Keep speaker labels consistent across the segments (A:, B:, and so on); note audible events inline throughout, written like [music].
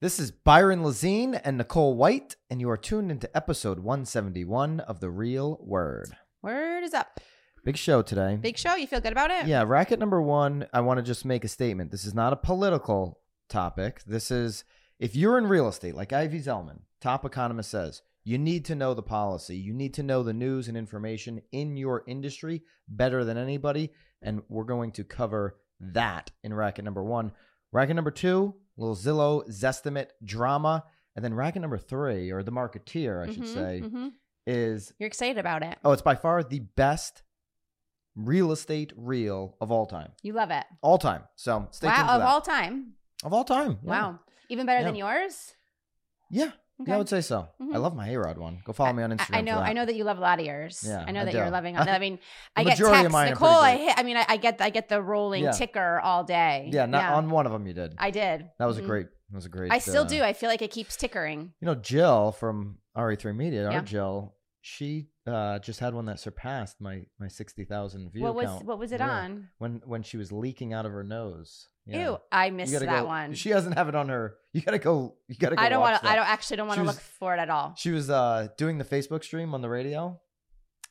A: This is Byron Lazine and Nicole White, and you are tuned into episode 171 of The Real Word.
B: Word is up.
A: Big show today.
B: Big show. You feel good about [laughs] it?
A: Yeah, racket number one. I want to just make a statement. This is not a political topic. This is if you're in real estate, like Ivy Zellman, top economist says, you need to know the policy. You need to know the news and information in your industry better than anybody. And we're going to cover that in racket number one. Racket number two, little Zillow Zestimate drama. And then racket number three, or the marketeer, I should
B: Mhm,
A: say,
B: mhm.
A: is
B: You're excited about it.
A: Oh, it's by far the best real estate reel of all time.
B: You love it.
A: All time. So stay tuned
B: wow.
A: for
B: Of
A: that.
B: all time.
A: of all time. yeah.
B: Wow. Even better
A: Yeah.
B: than yours?
A: Yeah.
B: Okay.
A: Yeah, I would say so.
B: Mhm.
A: I love my A Rod one. Go follow me on
B: I-
A: Instagram.
B: I know.
A: For that.
B: I know that you love a lot of yours.
A: Yeah,
B: I know
A: I
B: that
A: do.
B: you're loving on that. I mean,
A: [laughs] The
B: I get
A: majority of
B: texts.
A: mine are pretty
B: Nicole, I
A: great.
B: hit, I mean, I, I get I get the rolling
A: Yeah.
B: ticker all day.
A: Yeah, not on one of them you did.
B: I did.
A: that was a
B: Mhm.
A: great. That was a great.
B: I still
A: uh,
B: do. I feel like it keeps tickering.
A: You know, Jill from RE3 Media,
B: Yeah.
A: our Jill, she uh, just had one that surpassed my my sixty thousand view
B: What was
A: count
B: what was it
A: Yeah.
B: on?
A: when when she was leaking out of her nose. Yeah.
B: Ew, I
A: You
B: missed
A: gotta
B: that
A: go-
B: one.
A: She doesn't have it on her. You gotta go. You gotta. Go
B: I don't
A: want
B: want to. I don't actually don't want
A: She
B: to
A: was-
B: look for it at all.
A: She was uh, doing the Facebook stream on the radio,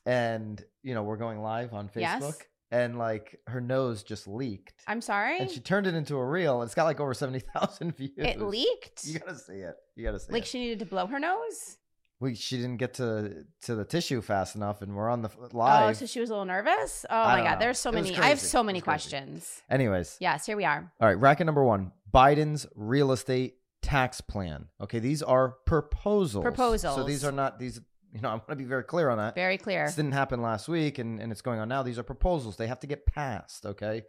A: and you know we're going live on Facebook,
B: Yes.
A: and like her nose just leaked,
B: I'm sorry.
A: and she turned it into a reel. and It's got like over seventy thousand [laughs] views.
B: it leaked.
A: You gotta see it. You gotta see
B: Like
A: it.
B: she needed to blow her nose.
A: we, she didn't get to to the tissue fast enough, and we're on the f- live.
B: Oh, so she was a little nervous. Oh
A: I
B: my
A: don't
B: god,
A: know.
B: there's so
A: It was
B: many. I have
A: crazy.
B: so
A: It
B: many
A: was crazy.
B: questions.
A: Anyways,
B: Yes, here we are.
A: All right, racket number one: Biden's real estate tax plan. Okay, these are proposals. So these
B: Proposals.
A: are not these. You know, I want to be very clear on that.
B: Very clear.
A: This didn't happen last week, and and it's going on now. These are proposals. They have to get passed. Okay.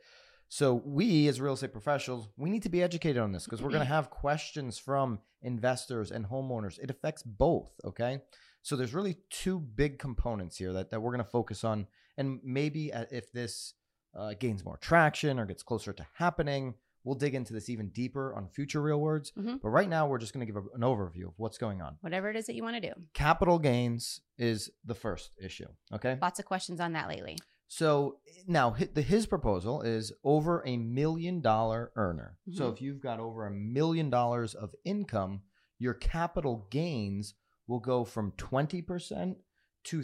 A: So we, as real estate professionals, we need to be educated on this because we're going to have questions from investors and homeowners. It affects both. Okay. So there's really two big components here that, that we're going to focus on, and maybe uh, if this uh, gains more traction or gets closer to happening, we'll dig into this even deeper on future real words.
B: Mhm.
A: But right now, we're just going to give a, an overview of what's going on.
B: Whatever it is that you want to do.
A: Capital gains is the first issue. Okay.
B: Lots of questions on that lately.
A: So now hi- the, his proposal is over a million dollar earner. So
B: Mhm.
A: if you've got over a million dollars of income, your capital gains will go from 20% to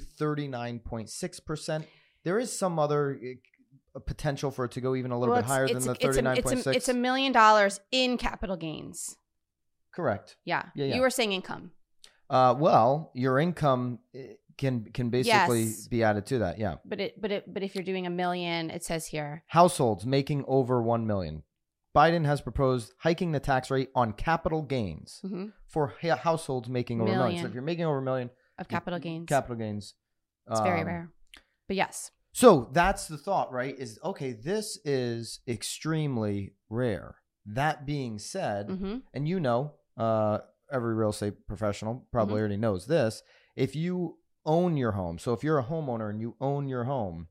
A: 39.6%. There is some other uh, potential for it to go even a little
B: Well,
A: bit
B: it's-
A: higher
B: it's-
A: than the
B: it's a- it's a-
A: 39.6.
B: It's a million dollars in capital gains.
A: Correct.
B: Yeah.
A: Yeah, yeah.
B: You were saying income.
A: Uh, well, your income eh, can can basically
B: Yes.
A: be added to that. Yeah.
B: But it but it but if you're doing a million, it says here.
A: households making over 1 million. Biden has proposed hiking the tax rate on capital gains
B: Mhm.
A: for ha- households making over a million. So
B: Million.
A: if you're making over a million,
B: Of capital gains.
A: capital gains.
B: it's very
A: um,
B: rare. But yes.
A: So that's the thought, right? Is okay, this is extremely rare. That being said,
B: hmm
A: and you know, uh, every real estate professional probably
B: Mhm.
A: already knows this. If you own your home, so if you're a homeowner and you own your home,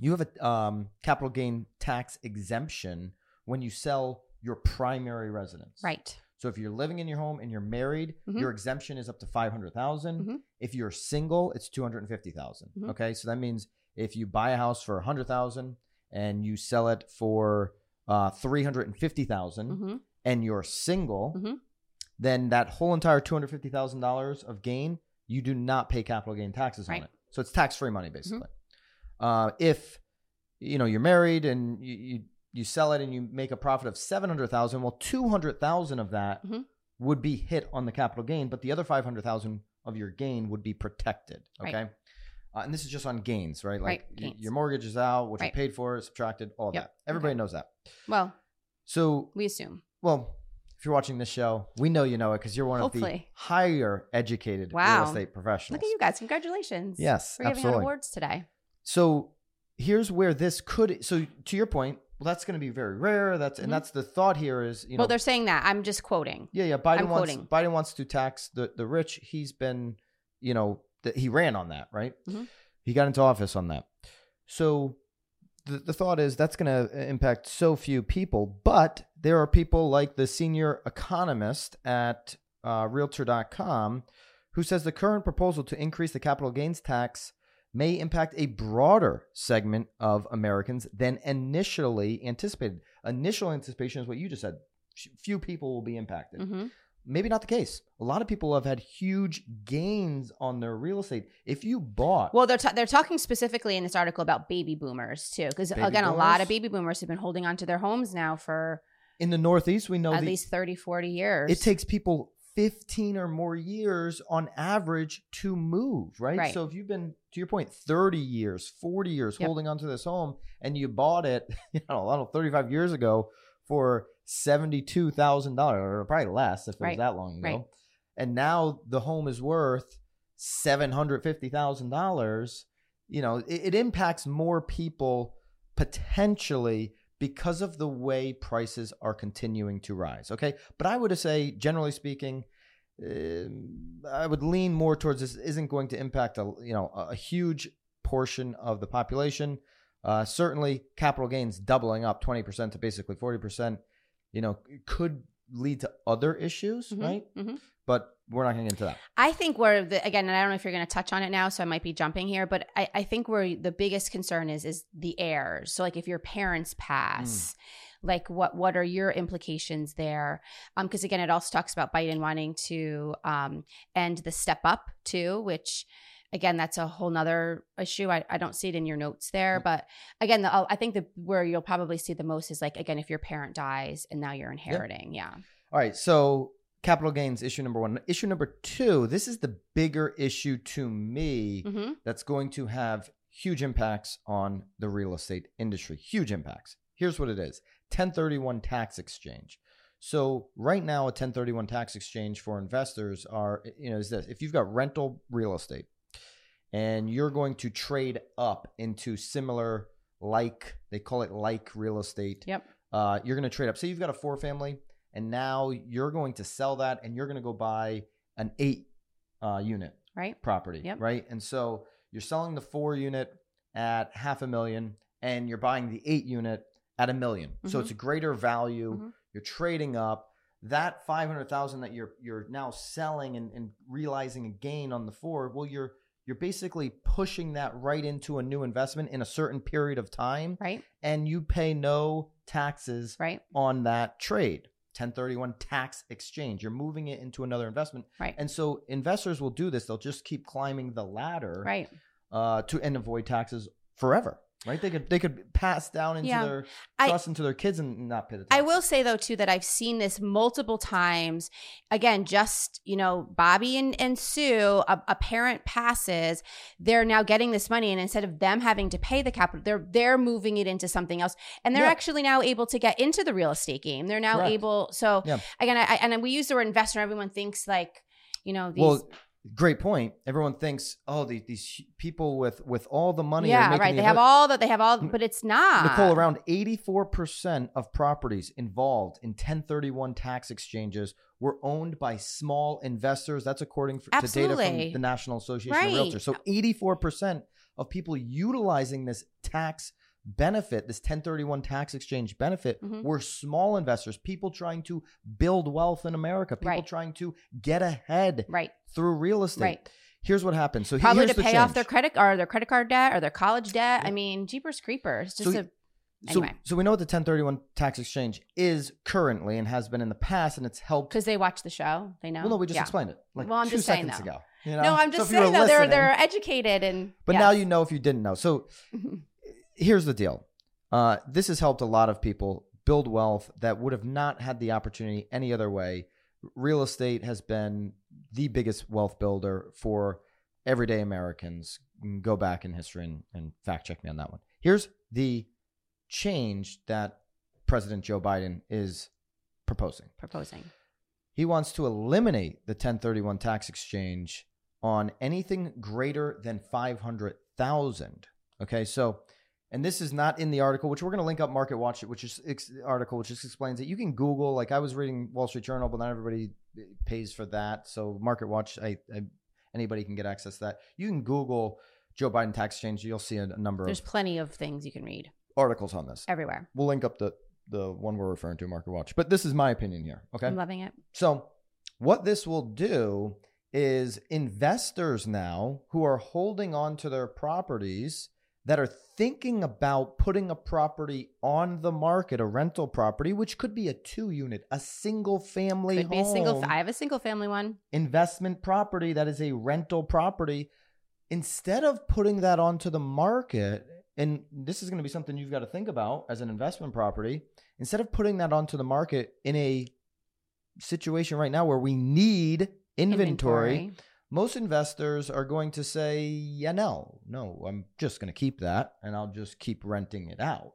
A: you have a um, capital gain tax exemption when you sell your primary residence.
B: Right.
A: So if you're living in your home and you're married,
B: Mhm.
A: your exemption is up to 500,000.
B: Mhm.
A: If you're single, it's 250,000.
B: Mhm.
A: Okay? So that means if you buy a house for 100,000 and you sell it for uh 350,000,
B: hmm
A: and you're single,
B: Mhm.
A: then that whole entire two hundred fifty thousand dollars of gain, you do not pay capital gain taxes on
B: Right. Mm-hmm.
A: it. So it's tax free money basically. Uh, if you know you're married and you, you you sell it and you make a profit of seven hundred thousand, well, two hundred thousand of that
B: Mhm.
A: would be hit on the capital gain, but the other five hundred thousand of your gain would be protected.
B: Right.
A: Okay. Uh, and this is just on gains, right? Like
B: Right,
A: y-
B: gains.
A: your mortgage is out, what you
B: Right.
A: paid for, subtracted, all of
B: Yep.
A: that. Everybody knows that.
B: Well,
A: So
B: we assume.
A: well, if you're watching this show, we know you know it because you're one of the
B: Hopefully.
A: higher educated
B: Wow.
A: real estate professionals.
B: Look at you guys. Congratulations.
A: Yes,
B: We're giving out
A: absolutely.
B: awards today.
A: So here's where this could. So to your point, well, that's going to be very rare. That's
B: Mhm.
A: and that's the thought here is you know.
B: well, they're saying that. I'm just quoting.
A: yeah, yeah. Biden
B: I'm
A: wants
B: quoting.
A: Biden wants to tax the the rich. He's been you know that he ran on that right.
B: Mhm.
A: He got into office on that. So. The, the thought is that's going to impact so few people, but there are people like the senior economist at uh, Realtor.com, who says the current proposal to increase the capital gains tax may impact a broader segment of Americans than initially anticipated. Initial anticipation is what you just said sh- few people will be impacted.
B: hmm
A: Maybe not the case. A lot of people have had huge gains on their real estate. If you bought,
B: Well, they're ta- they're talking specifically in this article about baby boomers too, because
A: Baby
B: again, a lot
A: boomers?
B: of baby boomers have been holding onto their homes now for
A: in the Northeast, we know
B: at
A: the,
B: least 30, 40 years.
A: it takes people 15 or more years on average to move, right?
B: Right.
A: So if you've been, to your point, 30 years, 40 years
B: Yep.
A: holding onto this home and you bought it, [laughs] you know, I don't know, 35 years ago for $72,000 or probably less if it was
B: Right.
A: that long ago.
B: Right.
A: And now the home is worth $750,000. You know, it, it impacts more people potentially because of the way prices are continuing to rise. Okay, but I would say, generally speaking, um I would lean more towards this isn't going to impact a you know a a huge portion of the population. Uh, certainly, capital gains doubling up twenty percent to basically forty percent, you know, could lead to other issues,
B: Mhm,
A: right?
B: mhm.
A: But we're not going to get into that.
B: I think where the again, and I don't know if you're going to touch on it now, so I might be jumping here, but I, I think where the biggest concern is is the heirs. So like if your parents pass, like what what are your implications there? Um, because again, it also talks about Biden wanting to um end the step up too, which again that's a whole nother issue I, I don't see it in your notes there
A: Mm.
B: but again the, i think the where you'll probably see the most is like again if your parent dies and now you're inheriting yeah
A: All right, so capital gains issue number one. Issue number two. This is the bigger issue to me.
B: hmm
A: that's going to have huge impacts on the real estate industry. Huge impacts. Here's what it is 1031 tax exchange. So right now, a 1031 tax exchange for investors are, you know, is this if you've got rental real estate and you're going to trade up into similar like they call it like real estate.
B: Yep.
A: Uh, you're going to trade up. Say you've got a four family, and now you're going to sell that, and you're going to go buy an eight uh, unit
B: right
A: property,
B: Yep.
A: right? And so you're selling the four unit at half a million and you're buying the eight unit at a 1000000 So
B: Mhm.
A: it's a greater value.
B: Mhm.
A: You're trading up. That 500,000 that you're you're now selling and, and realizing a gain on the four, well you're you're basically pushing that right into a new investment in a certain period of time
B: right
A: and you pay no taxes
B: right
A: on that trade. 1031 tax exchange. You're moving it into another investment.
B: Right.
A: And so investors will do this. They'll just keep climbing the ladder
B: right
A: uh, to and avoid taxes forever. Right? They could they could pass down into
B: Yeah.
A: their
B: I-
A: trust into their kids and not pay the tax.
B: I will say though too that I've seen this multiple times. Again, just you know, Bobby and, and Sue, a, a parent passes, they're now getting this money, and instead of them having to pay the capital, they're they're moving it into something else, and they're
A: Yeah.
B: actually now able to get into the real estate game. They're now
A: Correct.
B: able. So
A: Yeah.
B: again, I, I- and we use the word investor. Everyone thinks like you know these.
A: well, great point. Everyone thinks, oh, the, these people with with all the money. are
B: yeah,
A: making
B: right.
A: the
B: They have
A: invest-
B: all that. They have all, but it's not.
A: Nicole, around 84% of properties involved in 1031 tax exchanges were owned by small investors. That's according for, to data from
B: Absolutely.
A: the National Association
B: Right.
A: of Realtors. So 84% of people utilizing this tax benefit, this 1031 tax exchange benefit,
B: Mhm.
A: were small investors, people trying to build wealth in America, people
B: Right.
A: trying to get ahead
B: Right.
A: through real estate.
B: Right.
A: Here's what happened. So he-
B: Probably
A: here's
B: to
A: the
B: pay off
A: change.
B: their credit or their credit card debt or their college debt.
A: Yeah.
B: I mean, Jeepers Creepers.
A: So
B: Just
A: he-
B: a
A: So,
B: Anyway.
A: so we know what the 1031 tax exchange is currently and has been in the past, and it's helped.
B: Because they watch the show, they know.
A: Well, no, we just
B: Yeah.
A: explained it like
B: Well, I'm
A: two
B: just saying,
A: seconds
B: though.
A: ago. you know?
B: No, I'm
A: So
B: just
A: if you were
B: saying though they're
A: listening-
B: they're educated and.
A: But
B: [laughs]
A: now you know if you didn't know. So
B: you.
A: here's the deal. Uh, this has helped a lot of people build wealth that would have not had the opportunity any other way. Real estate has been the biggest wealth builder for everyday Americans. You can Go back in history and, and fact check me on that one. Here's the change that President Joe Biden is proposing.
B: proposing.
A: He wants to eliminate the 1031 tax exchange on anything greater than 500,000. Okay, so and this is not in the article, which we're going to link up Market Watch, which is ex- article which just explains it. You can Google, like I was reading Wall Street Journal, but not everybody eh, pays for that. So Market Watch, I, I anybody can get access to that. You can Google Joe Biden tax change. You'll see a, a number
B: There's
A: of
B: plenty of things you can read
A: articles on this.
B: everywhere.
A: We'll link up the the one we're referring to, Market Watch. But this is my opinion here. Okay,
B: I'm loving it.
A: so, what this will do is investors now who are holding on to their properties, that are thinking about putting a property on the market, a rental property, which could be a two unit, a single family
B: Could be a single.
A: home,
B: I have a single family one.
A: investment property that is a rental property, instead of putting that onto the market, and this is going to be something you've got to think about as an investment property, instead of putting that onto the market in a situation right now where we need inventory most investors are going to say, yeah, no, no, I'm just going to keep that and I'll just keep renting it out.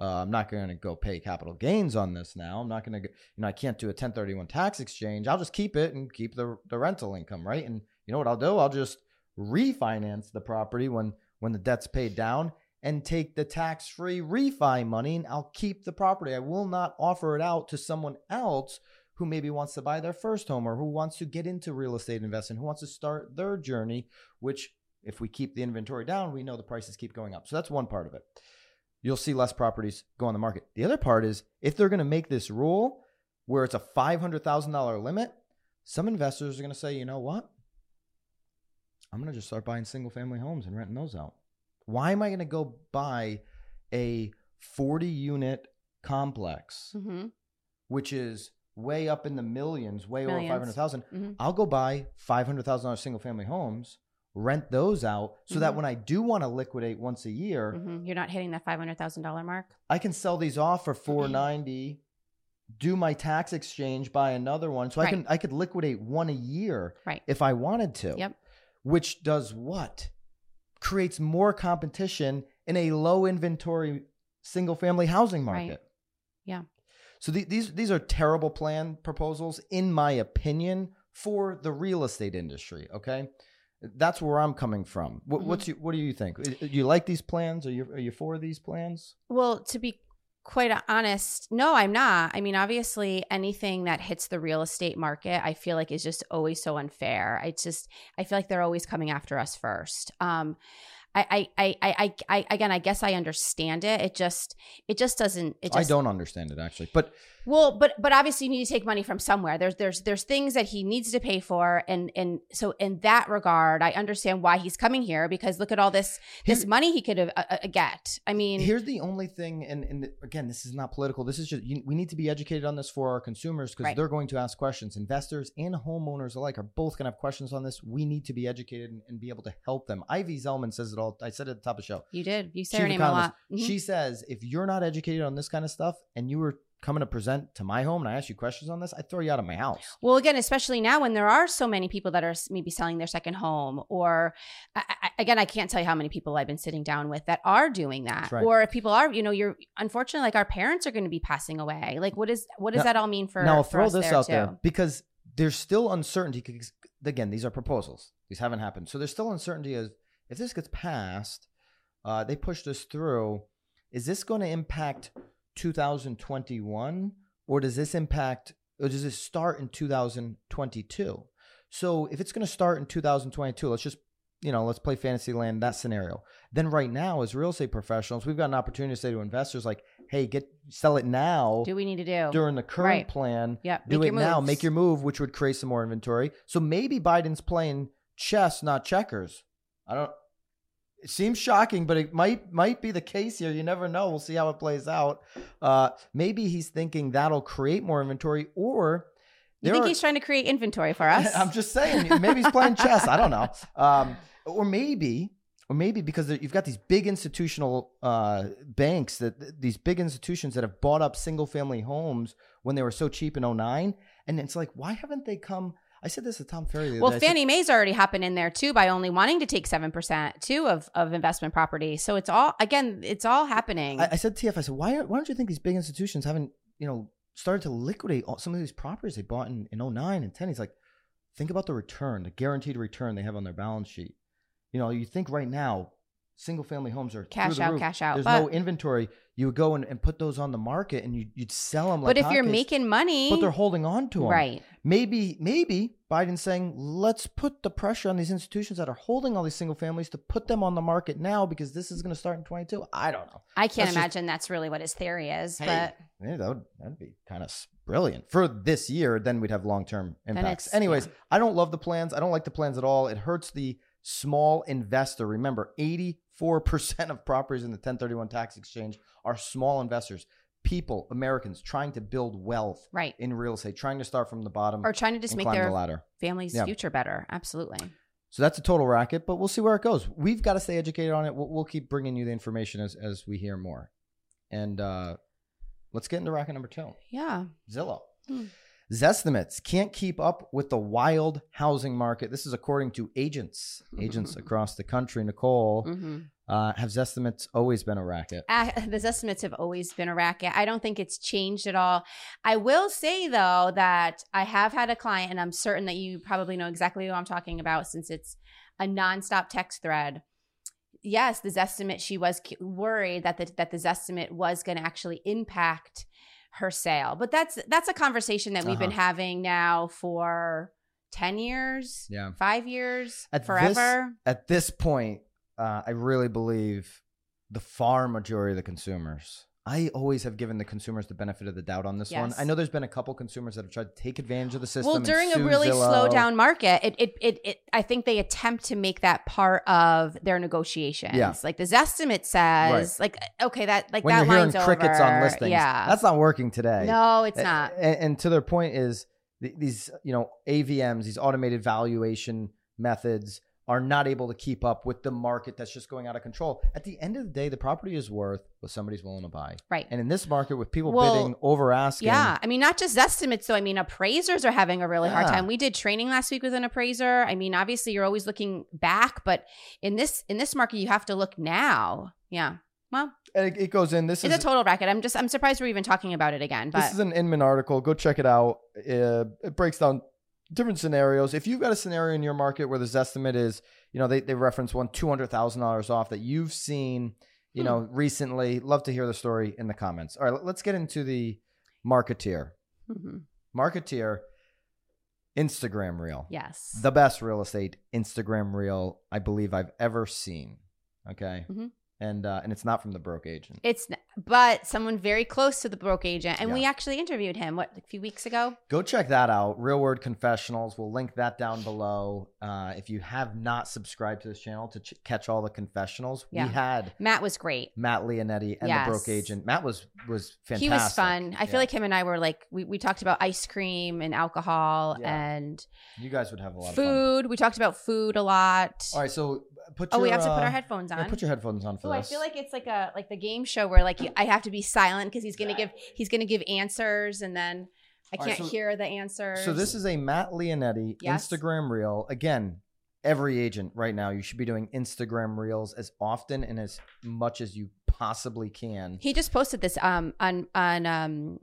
A: Uh, I'm not going to go pay capital gains on this now. I'm not going to, you know, I can't do a 1031 tax exchange. I'll just keep it and keep the, the rental income, right? And you know what I'll do? I'll just refinance the property when when the debt's paid down and take the tax-free refi money and I'll keep the property. I will not offer it out to someone else who maybe wants to buy their first home or who wants to get into real estate investing, who wants to start their journey, which if we keep the inventory down, we know the prices keep going up. So that's one part of it. You'll see less properties go on the market. The other part is if they're going to make this rule where it's a $500,000 limit, some investors are going to say, you know what? I'm going to just start buying single family homes and renting those out. Why am I going to go buy a 40 unit complex?
B: hmm
A: which is way up in the millions, way over
B: Millions.
A: 500,000,
B: hmm
A: I'll go buy $500,000 single family homes, rent those out so that
B: Mhm.
A: when I do want to liquidate once a year,
B: hmm You're not hitting that five hundred thousand dollar mark.
A: I can sell these off
B: Mm-hmm.
A: for 490, do my tax exchange, buy another one. So I can I could liquidate one a year
B: Right.
A: if I wanted to.
B: Yep.
A: Which does what? Creates more competition in a low inventory single family housing
B: Right.
A: market.
B: Yeah.
A: So the, these these are terrible plan proposals, in my opinion, for the real estate industry. Okay, that's where I'm coming from. What,
B: Mhm.
A: What's you, what do you think? Do you like these plans? Are you are you for these plans?
B: Well, to be quite honest, no, I'm not. I mean, obviously, anything that hits the real estate market, I feel like is just always so unfair. I just, I feel like they're always coming after us first. Um, I, I, I, I, I, I- again, I guess I understand it. It just, it just doesn't. It just,
A: I don't understand it actually, but
B: Well, but but obviously you need to take money from somewhere. There's there's there's things that he needs to pay for, and and so in that regard, I understand why he's coming here because look at all this
A: Here-
B: this money he could have uh, uh, get. I mean,
A: here's the only thing, and, and again, this is not political. This is just you, we need to be educated on this for our consumers because
B: Right.
A: they're going to ask questions. Investors and homeowners alike are both going to have questions on this. We need to be educated and, and be able to help them. Ivy Zelman says it all. I said it at the top of the show.
B: you did you say
A: Chief
B: her name a
A: economist.
B: lot. Mhm.
A: She says, if you're not educated on this kind of stuff and you were coming to present to my home and I asked you questions on this, I'd throw you out of my house.
B: Well, again, especially now when there are so many people that are s- maybe selling their second home, or I, I, again, I can't tell you how many people I've been sitting down with that are doing that,
A: That's right.
B: or if people are, you know, you're unfortunately like our parents are going to be passing away. Like, what is what does
A: Now-
B: that all mean for?
A: now, I'll
B: for
A: throw
B: us
A: this
B: there
A: out
B: too?
A: there because there's still uncertainty. 'cause, Again, these are proposals, these haven't happened. So there's still uncertainty as if this gets passed, uh, they push this through. Is this going to impact 2021 or does this impact or does this start in 2022? So if it's going to start in 2022, let's just you know, let's play Fantasyland, that scenario. Then right now, as real estate professionals, we've got an opportunity to say to investors, like, hey, get sell it now
B: Do we need to do?
A: during the current
B: Right.
A: plan.
B: yeah,
A: Do
B: make
A: it
B: your
A: now.
B: moves.
A: Make your move, which would create some more inventory. So maybe Biden's playing chess, not checkers. I don't. It seems shocking, but it might might be the case here. You never know. We'll see how it plays out. Uh, maybe he's thinking that'll create more inventory, or
B: You
A: there
B: think
A: are-
B: he's trying to create inventory
A: [laughs]
B: for us?
A: I'm just saying, maybe he's playing chess. I don't know. Um, or maybe, or maybe because there- you've got these big institutional uh, banks that these big institutions that have bought up single family homes when they were so cheap in 09. And it's like, why haven't they come? I said this to Tom Ferry. the other
B: well,
A: day. I said,
B: Fannie Mae's already happened in there too by only wanting to take seven percent too of of investment property. So it's all again, it's all happening.
A: I, I said TF, I said, why, aren't- why don't you think these big institutions haven't, you know, started to liquidate all, some of these properties they bought in, in 09 and 10? He's like, think about the return, the guaranteed return they have on their balance sheet. You know, you think right now, single family homes are
B: cash
A: through the
B: out,
A: roof.
B: cash out.
A: There's
B: but
A: no inventory. You would go and, and put those on the market and you, you'd sell them like
B: but if you're
A: hotcakes,
B: making money,
A: But they're holding on to them.
B: right.
A: Maybe, maybe Biden's saying, let's put the pressure on these institutions that are holding all these single families to put them on the market now because this is going to start in 22. I don't know.
B: I
A: That's
B: can't
A: just-
B: imagine that's really what his theory is,
A: Hey,
B: but
A: yeah, that would that'd be kind of brilliant for this year. Then we'd have long term impacts.
B: it's-
A: Anyways,
B: yeah.
A: I don't love the plans. I don't like the plans at all. It hurts the small investor. Remember, 84% of properties in the 1031 tax exchange are small investors, people, Americans trying to build wealth
B: Right.
A: in real estate, trying to start from the bottom
B: Or trying to just
A: and
B: make
A: climb
B: their
A: the ladder.
B: family's
A: Yeah.
B: future better. Absolutely.
A: So that's a total racket, but we'll see where it goes. We've got to stay educated on it. We'll, we'll keep bringing you the information as, as we hear more. And uh, let's get into racket number two
B: Yeah.
A: Zillow.
B: Hmm.
A: Zestimates can't keep up with the wild housing market. This is according to agents,
B: [laughs]
A: agents across the country. Nicole,
B: hmm
A: uh, have Zestimates always been a racket?
B: Uh, [laughs] the estimates have always been a racket. I don't think it's changed at all. I will say though that I have had a client, and I'm certain that you probably know exactly who I'm talking about since it's a nonstop text thread. Yes, the estimate. She was c- worried that the that the estimate was going to actually impact her sale, but that's that's a conversation that we've been
A: Uh-huh.
B: having now for ten years,
A: Yeah.
B: five years,
A: At this-
B: forever.
A: At this point, uh, I really believe the far majority of the consumers. I always have given the consumers the benefit of the doubt on this one.
B: Yes.
A: I know there's been a couple consumers that have tried to take advantage of the system.
B: Well,
A: and
B: during a
A: sue
B: really
A: Zillow.
B: slow down market, it, it it it I think they attempt to make that part of their negotiations.
A: Yeah.
B: Like this estimate says, like uh, okay, that like
A: when
B: that
A: you're hearing
B: line's
A: crickets
B: over.
A: on listings,
B: Yeah.
A: that's not working today.
B: no, it's
A: A-
B: not.
A: a- And, to their point is th- these you know AVMs, these automated valuation methods are not able to keep up with the market that's just going out of control. At the end of the day, the property is worth what somebody's willing to buy.
B: Right.
A: And in this market with people
B: Well,
A: bidding over asking,
B: Yeah. I mean, not just estimates, though. I mean, appraisers are having a really hard
A: Yeah.
B: time. We did training last week with an appraiser. I mean, obviously you're always looking back, but in this in this market, you have to look now. Yeah. Well,
A: and it, it goes in. This
B: it's
A: is
B: a total racket. I'm just I'm surprised we're even talking about it again. But
A: This is an Inman article. Go check it out. Uh, it breaks down different scenarios. If you've got a scenario in your market where this estimate is, you know, they, they reference one $200,000 off that you've seen, you
B: Hmm.
A: know, recently, love to hear the story in the comments. All right, let's get into the marketeer.
B: Mhm.
A: Marketeer Instagram reel.
B: yes.
A: The best real estate Instagram reel I believe I've ever seen. Okay.
B: Mhm.
A: And uh, and it's not from the broke agent.
B: It's n- but someone very close to the broke agent, and we
A: Yeah.
B: actually interviewed him what a few weeks ago.
A: go check that out real word confessionals we'll link that down below uh, if you have not subscribed to this channel to ch- catch all the confessionals
B: Yeah.
A: we had
B: Matt was great.
A: matt leonetti and
B: Yes.
A: the broke agent matt was was fantastic
B: He was fun. I
A: Yeah.
B: feel like him and I were like we, we talked about ice cream and alcohol
A: Yeah.
B: and
A: you guys would have a lot of fun
B: food. We talked about food a lot.
A: all right so put
B: oh,
A: your,
B: we have to put
A: uh,
B: our headphones on.
A: yeah, put your headphones on for
B: Oh, I
A: this
B: feel like it's like a like the game show where like you, I have to be silent because he's gonna give he's gonna give answers and then I
A: All right,
B: can't
A: so-
B: hear the answers.
A: so this is a matt leonetti
B: Yes.
A: instagram reel again every agent right now you should be doing instagram reels as often and as much as you possibly can
B: he just posted this um on on um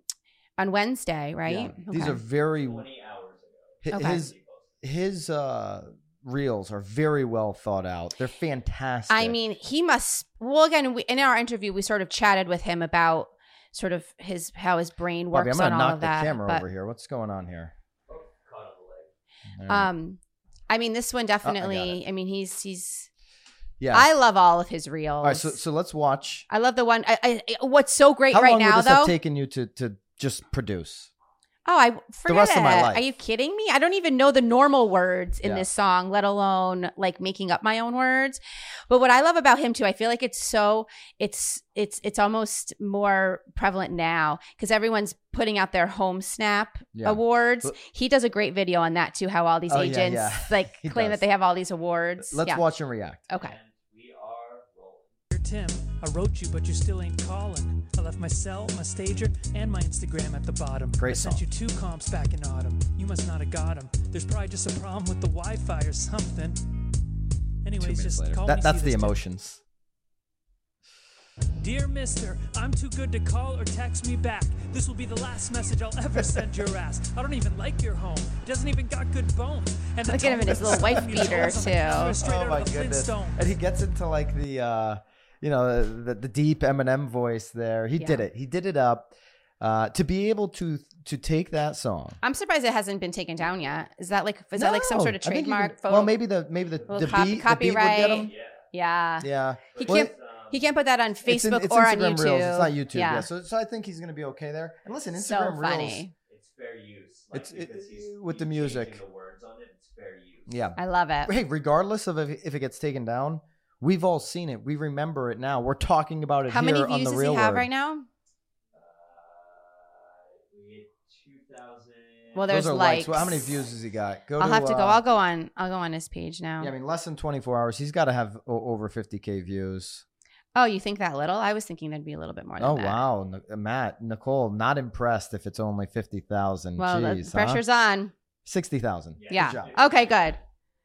B: on Wednesday,
A: Yeah.
B: right?
A: These
B: Okay.
A: are very Hi-
B: Okay.
A: His his uh reels are very well thought out. They're fantastic.
B: I mean, he must. Well, again, we, in our interview, we sort of chatted with him about sort of his how his brain
A: Bobby,
B: works
A: I'm
B: on
A: gonna
B: all
A: knock
B: of that.
A: the camera
B: but,
A: over here. What's going on here? All right.
B: um, I mean, this one definitely. I, mean, he's he's.
A: yeah.
B: I love all of his reels.
A: All right, so so let's watch.
B: I love the one. I, I, I- what's so great
A: How
B: right
A: long would
B: now,
A: this have
B: though?
A: taken you to to just produce?
B: Oh, I forget
A: rest of my
B: it.
A: life.
B: Are you kidding me? I don't even know the normal words in
A: Yeah.
B: this song, let alone like making up my own words. But what I love about him too, I feel like it's so it's it's it's almost more prevalent now because everyone's putting out their home snap
A: Yeah.
B: awards.
A: But-
B: He does a great video on that too, how all these
A: Oh, yeah,
B: agents
A: yeah. [laughs]
B: like
A: He
B: claim
A: does.
B: that they have all these awards.
A: Let's
B: yeah.
A: watch and react.
B: Okay.
C: Dear Tim, I wrote you, but you still ain't calling. I left my cell, my stager, and my Instagram at the bottom.
A: Great
C: I
A: song.
C: sent you two comps back in autumn. You must not have got 'em. There's probably just a problem with the Wi-Fi or something.
A: Two
C: Anyways,
A: minutes
C: just
A: later.
C: call
A: That,
C: me.
A: that's
C: see
A: the
C: this Tim.
A: emotions.
C: Dear Mister, I'm too good to call or text me back. This will be the last message I'll
A: [laughs]
C: ever send your ass. I don't even like your home. Doesn't even got good bones. And the
B: Look at him in his little
C: [laughs]
B: wife beater too.
A: Oh my goodness! And he gets into like the uh, you know the, the deep Eminem voice there. He did
B: Yeah.
A: it. He did it up. Uh, to be able to to take that song
B: I'm surprised it hasn't been taken down yet. Is that like is that like some
A: No,
B: sort of
A: I think you
B: trademark?
A: can-
B: photo?
A: well, maybe the maybe the,
B: Well,
A: the,
B: cop-
A: beat, the beat would
B: copyright.
A: get them.
B: Yeah.
A: Yeah,
B: He
A: Well,
B: can't. he can't put that on Facebook
A: it's in- it's
B: or
A: Instagram
B: on YouTube.
A: Reels. It's not YouTube. Yeah. So, so I think he's gonna be okay there. And listen,
B: so
A: Instagram Reels.
B: funny.
D: It's fair use. Like, it's
A: It's- it-
D: because he's,
A: with the
D: he's changing
A: music.
D: The words on it, it's fair use.
A: Yeah.
B: I love it.
A: Hey, regardless of if, if it gets taken down, we've all seen it. We remember it now. We're talking about it
B: How
A: here
B: many
A: on
B: views
A: the
B: does
A: real Uh,
B: he have
A: Word.
B: right now?
D: We get 2,000.
B: Well,
A: Those
B: there's
A: are
B: likes.
A: likes. Well, How many views has he got? Go
B: I'll
A: to,
B: have to go.
A: uh,
B: I'll go on. I'll go on his page now.
A: Yeah, I mean, less than 24 hours. He's got to have o- over 50K views.
B: oh, you think that little? I was thinking there'd be a little bit more. Than
A: Oh,
B: that.
A: wow. Ni- Matt, Nicole, not impressed if it's only 50,000.
B: Well,
A: Jeez,
B: the
A: huh?
B: pressure's on.
A: 60,000.
B: Yeah.
A: Good
B: Okay, good.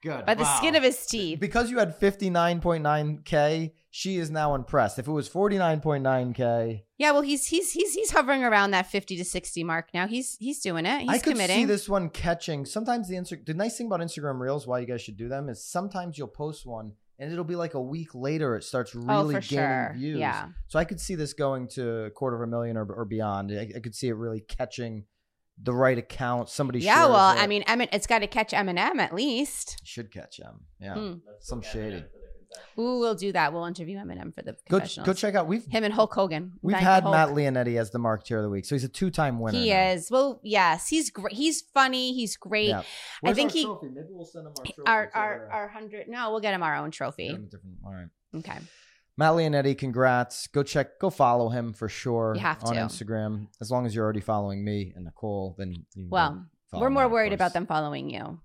A: Good.
B: By the
A: Wow.
B: skin of his teeth.
A: Because you had 59.9K, she is now impressed. If it was 49.9K,
B: Yeah, well, he's he's he's he's hovering around that fifty to sixty mark now. He's he's doing it. He's
A: I could
B: committing.
A: see this one catching. Sometimes the Insta- the nice thing about Instagram Reels, why you guys should do them, is sometimes you'll post one and it'll be like a week later it starts really
B: oh, for
A: gaining
B: sure.
A: views.
B: Yeah.
A: So I could see this going to a quarter of a million or, or beyond. I, I could see it really catching the right account. Somebody
B: Yeah.
A: shares
B: Well,
A: it.
B: I mean, Emin, it's got to catch Eminem at least.
A: should catch him. Yeah.
B: Hmm.
D: Let's
A: Some
D: look at
A: shady.
D: that for the confession.
B: Ooh, we'll do that. We'll interview Eminem for the
A: Go
B: confessionals.
A: go check out. We've
B: him and Hulk Hogan.
A: we've
B: Thank
A: had
B: Hulk.
A: Matt Leonetti as the marketeer of the week, so he's a two time winner.
B: He
A: now.
B: is. Well, yes, he's great. He's funny. He's great.
A: Yeah.
B: I think he-
A: trophy? Maybe we'll send him our trophy. uh,
B: Our
A: so
B: our
A: we're-
B: our hundred. No, we'll get him our own
A: Get
B: trophy.
A: him a different- All right.
B: Okay.
A: Matt Leonetti, congrats. Go check, go follow him for sure
B: You have
A: on
B: to.
A: Instagram. As long as you're already following me and Nicole, then you can go
B: Well,
A: follow
B: We're
A: Matt,
B: more
A: of
B: worried
A: course.
B: about them following you.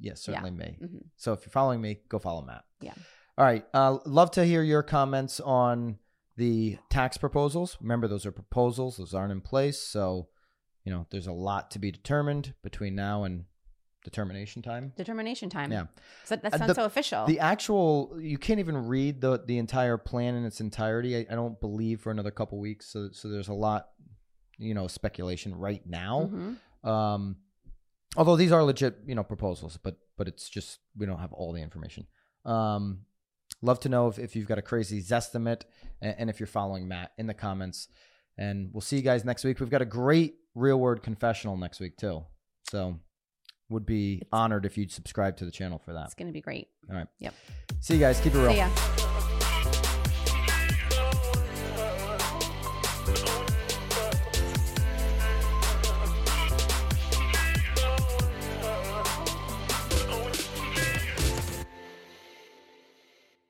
A: Yes, certainly me.
B: Mhm.
A: So if you're following me, go follow Matt.
B: Yeah.
A: All right. Uh, love to hear your comments on the tax proposals. Remember, those are proposals; those aren't in place. So, you know, there's a lot to be determined between now and determination time.
B: Determination time.
A: Yeah.
B: So that's
A: Uh,
B: not
A: the-
B: so official.
A: The actual you can't even read the the entire plan in its entirety. I, I don't believe for another couple weeks. So so there's a lot, you know, speculation right now.
B: Mhm.
A: Um, although these are legit, you know, proposals, but but it's just we don't have all the information. Um, love to know if, if you've got a crazy zestimate and, and if you're following Matt in the comments. And we'll see you guys next week. We've got a great real word confessional next week too. So would be
B: It's-
A: honored if you'd subscribe to the channel for that.
B: It's going to be great.
A: All right.
B: Yep.
A: See you guys. Keep it real.
B: See ya.
D: Thank